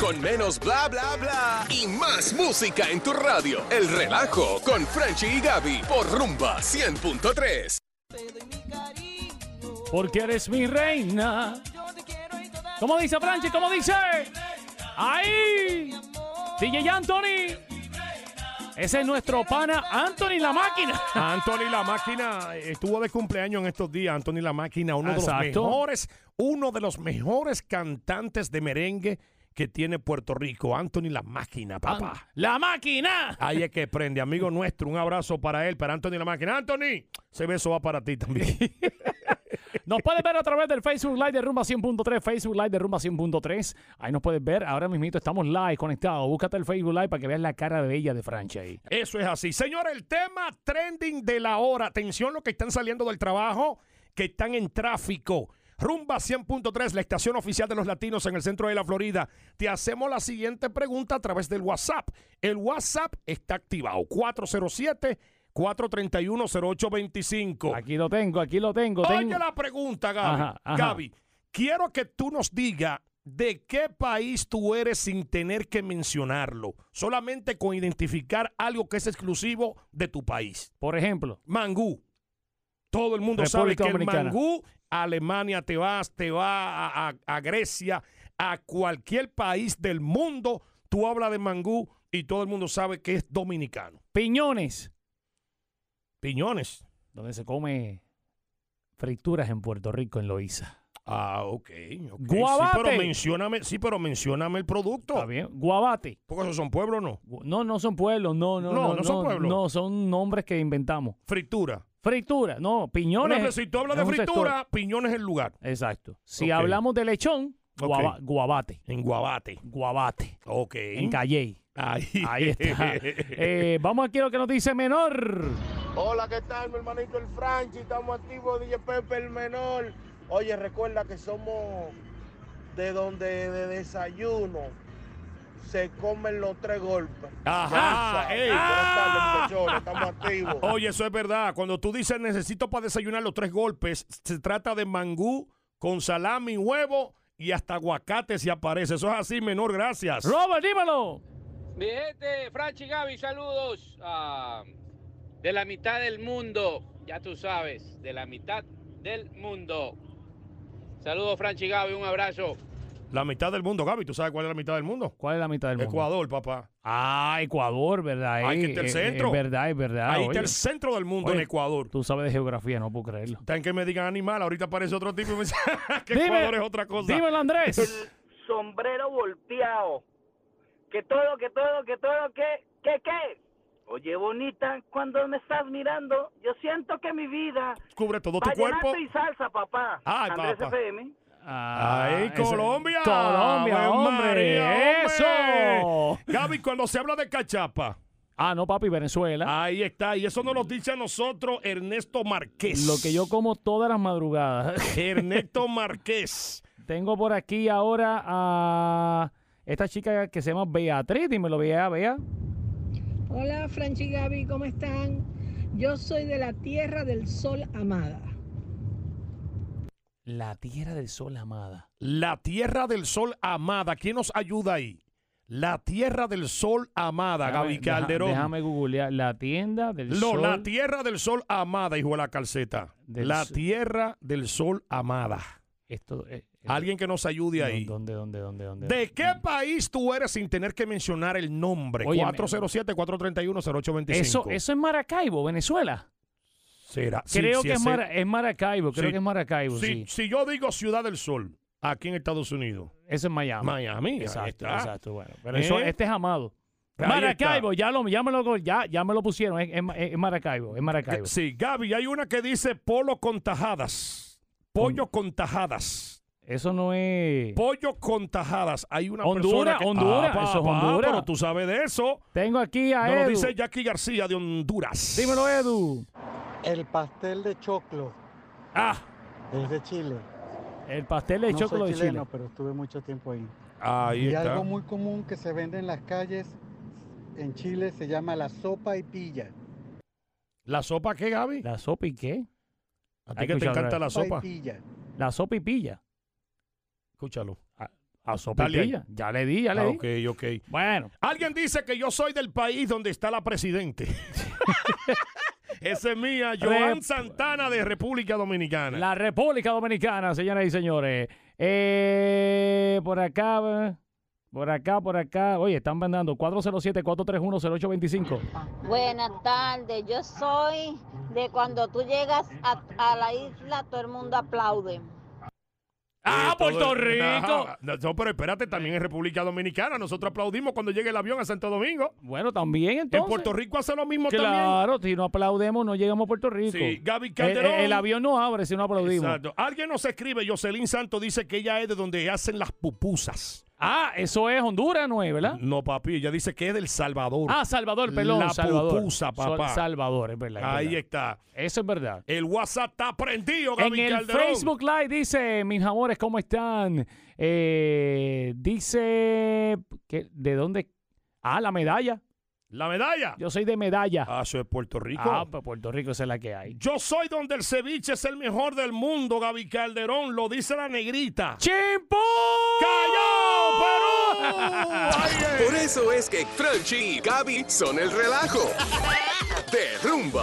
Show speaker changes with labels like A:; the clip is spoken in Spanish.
A: Con menos bla bla bla y más música en tu radio. El relajo con Franchi y Gaby por Rumba 100.3.
B: Porque eres mi reina. ¿Cómo dice Franchi? ¿Cómo dice? ¡Ahí! DJ Anthony. Ese es nuestro pana Anthony la máquina.
C: Anthony La Máquina eh, estuvo de cumpleaños en estos días. Anthony La Máquina, uno de los
B: Exacto.
C: mejores, uno de los mejores cantantes de merengue que tiene Puerto Rico. Anthony La Máquina, papá.
B: La máquina.
C: Ahí es que prende, amigo nuestro. Un abrazo para él, para Anthony La Máquina. Anthony, ese beso va para ti también.
B: Nos puedes ver a través del Facebook Live de Rumba 100.3, Facebook Live de Rumba 100.3. Ahí nos puedes ver. Ahora mismito estamos live conectados. Búscate el Facebook Live para que veas la cara bella de Franchi ahí.
C: Eso es así. Señor, el tema trending de la hora. Atención los que están saliendo del trabajo, que están en tráfico. Rumba 100.3, la estación oficial de los latinos en el centro de la Florida. Te hacemos la siguiente pregunta a través del WhatsApp. El WhatsApp está activado. 407 431 0825.
B: Aquí lo tengo, aquí lo tengo. tengo.
C: Oh. Oye la pregunta, Gaby.
B: Ajá, ajá.
C: Gaby, quiero que tú nos digas de qué país tú eres sin tener que mencionarlo. Solamente con identificar algo que es exclusivo de tu país.
B: Por ejemplo,
C: Mangú. Todo el mundo sabe
B: República
C: que
B: Dominicana.
C: el mangú, a Alemania te vas, te va a, a- a Grecia, a cualquier país del mundo, tú hablas de mangú y todo el mundo sabe que es dominicano.
B: piñones.
C: Piñones.
B: Donde se come frituras en Puerto Rico, en Loíza.
C: Ah, ok. ok. Sí,
B: Guabate.
C: pero mencióname, sí, pero mencióname el producto.
B: ¿Está bien? Guabate.
C: Porque esos son pueblos, ¿no?
B: Gu- No, no son pueblos. No, no, no.
C: No, no son pueblos.
B: No, son nombres que inventamos.
C: Fritura.
B: Fritura, no,
C: Por
B: piñones.
C: ejemplo, si tú hablas
B: es
C: de
B: un sector.
C: fritura, piñón es el lugar.
B: Exacto. Si
C: Ok.
B: hablamos de lechón,
C: Ok.
B: guaba- guabate.
C: En Guabate.
B: Guabate.
C: Ok.
B: En Calley.
C: Ahí.
B: Ahí está. Eh, vamos aquí a lo que nos dice menor.
D: Hola, ¿qué tal, mi hermanito el Franchi? Estamos activos, DJ Pepe el menor. Oye, recuerda que somos de donde de desayuno se comen los tres golpes.
C: Ajá,
D: Ya
C: ey. Ah.
D: sabes. Buenas tardes, muchachos, estamos activos.
C: Oye, eso es verdad. Cuando tú dices necesito para desayunar los tres golpes, se trata de mangú con salami, huevo y hasta aguacate si aparece. Eso es así, menor, gracias.
B: Robert, dímelo.
E: Mi gente, Franchi Gaby, saludos ah, de la mitad del mundo, ya tú sabes, de la mitad del mundo. Saludos Franchi Gaby, un abrazo.
C: La mitad del mundo, Gaby. ¿Tú sabes cuál es la mitad del mundo?
B: ¿Cuál es la mitad del mundo?
C: Ecuador, papá.
B: Ah, Ecuador, ¿verdad?
C: Ahí
B: Eh,
C: que está el
B: eh,
C: centro.
B: Es verdad, es verdad.
C: Ahí
B: Ah, oye.
C: está el centro del mundo,
B: Oye.
C: en Ecuador.
B: Tú sabes de geografía, no puedo creerlo.
C: Están que me digan animal, ahorita aparece otro tipo y me dice que
B: Dime,
C: Ecuador es otra cosa.
B: Dímelo, Andrés.
F: el sombrero volteado. Que todo, que todo, que todo, que, que, que. Oye, bonita, cuando me estás mirando, yo siento que mi vida.
C: Cubre todo tu
F: Vallenato
C: cuerpo.
F: y salsa, papá.
C: Ay,
F: Andrés
C: papá.
F: FM.
B: Ah,
C: ¡Ay,
B: ese-
C: Colombia!
B: Colombia,
C: ¡Ave
B: hombre.
C: María,
B: Eso.
C: hombre! Gaby, cuando se habla de cachapa,
B: Ah, no, papi, Venezuela.
C: ahí está. Y eso nos lo dice a nosotros Ernesto Marqués.
B: Lo que yo como todas las madrugadas.
C: Ernesto Marqués.
B: Tengo por aquí ahora a esta chica que se llama Beatriz. Dímelo, Bea, Bea.
G: Hola, Franchi y Gaby, ¿cómo están? Yo soy de la tierra del sol amada.
B: La tierra del sol amada.
C: La Tierra del Sol Amada. ¿Quién nos ayuda ahí? La Tierra del Sol Amada, Gaby
B: Déjame-
C: Calderón.
B: deja- Déjame googlear. La tienda del
C: No,
B: sol.
C: la Tierra del Sol Amada, hijo de la calceta.
B: Del
C: la
B: sol.
C: Tierra del Sol Amada.
B: Esto, eh, eh,
C: Alguien que nos ayude
B: ¿dó-
C: ahí.
B: ¿Dónde, dónde, dónde, dónde?
C: ¿De qué país tú eres sin tener que mencionar el nombre?
B: Oye,
C: 407-431-0825.
B: Eso, eso es Maracaibo, Venezuela.
C: será. Sí,
B: creo
C: sí,
B: que es,
C: ese-
B: Mara- es Maracaibo, creo
C: Sí.
B: que es Maracaibo, sí.
C: si, si yo digo Ciudad del Sol, aquí en Estados Unidos,
B: Eso es Miami.
C: Miami. ahí
B: Ah, Exacto,
C: está.
B: exacto. Bueno, pero eso-
C: ¿Eh?
B: este es amado.
C: Ahí
B: Maracaibo, ya, lo, ya, me lo, ya, ya me lo pusieron, es, es- es Maracaibo, es Maracaibo.
C: Eh, Sí, Gaby, hay una que dice polo con tajadas. Pollo con tajadas.
B: Eso no es...
C: Pollo con tajadas. Hay una
B: Honduras,
C: persona que-
B: Honduras,
C: Ah,
B: eso es
C: papá,
B: Honduras.
C: Pero tú sabes de eso.
B: Tengo aquí a
C: Nos lo
B: Ah, Edu.
C: dice Jackie García de Honduras.
B: Dímelo, Edu.
H: El pastel de choclo
C: Ah,
H: es de Chile.
B: El pastel de
H: no
B: choclo
H: soy
B: de
H: chileno,
B: Chile.
H: pero estuve mucho tiempo ahí.
C: ahí
H: y
C: está.
H: algo muy común que se vende en las calles en Chile se llama la sopa y pilla.
C: ¿La sopa qué, Gaby?
B: ¿La sopa y qué?
C: A
B: Hay que
C: ti que te
B: escuchar
C: encanta la
H: Sopa y
C: sopa.
H: pilla.
B: La sopa y pilla.
C: Escúchalo.
B: A sopa y
C: Ah, Dale ahí.
B: pilla. Ya le di, ya le
C: Ah,
B: di.
C: ok, ok.
B: Bueno,
C: Alguien dice que yo soy del país donde está la presidente. Esa es mía, Joan
B: Rep-
C: Santana de República Dominicana.
B: la República Dominicana, señoras y señores. Eh, por acá, eh, por acá, por acá. Oye, están mandando 407-431-0825.
I: Buenas tardes, yo soy de cuando tú llegas a, a la isla, todo el mundo aplaude.
B: ¡Ah,
C: Eh, todo-
B: Puerto Rico!
C: Nah, No, pero espérate, también es República Dominicana. Nosotros aplaudimos cuando llegue el avión a Santo Domingo.
B: Bueno, también entonces.
C: en Puerto Rico hace lo mismo también.
B: Claro, si no aplaudemos, no llegamos a Puerto Rico.
C: Sí, Gaby
B: el,
C: Calderón.
B: el avión no abre si no aplaudimos.
C: Exacto. Alguien nos escribe, Jocelyn Santos dice que ella es de donde hacen las pupusas.
B: Ah, eso es Honduras, ¿no es, verdad?
C: No, papi, ella dice que es del Salvador.
B: Ah, Salvador, perdón.
C: La
B: Salvador.
C: pupusa, papá.
B: Sol- Salvador, es verdad. es
C: Ahí
B: verdad.
C: está.
B: Eso es verdad.
C: El WhatsApp está prendido,
B: En
C: Gaby
B: el
C: Calderón.
B: Facebook Live dice, mis amores, ¿cómo están? Eh, dice, que ¿de dónde? Ah, la medalla.
C: La medalla.
B: Yo soy de medalla.
C: Ah, eso es Puerto Rico.
B: Ah, pues Puerto Rico esa es la que hay.
C: Yo soy donde el ceviche es el mejor del mundo, Gaby Calderón. Lo dice la negrita.
B: ¡Chimpú!
C: ¡Cayó, Perú! Ahí es.
A: Por eso es que Franchi y Gaby son el relajo. Derrumba.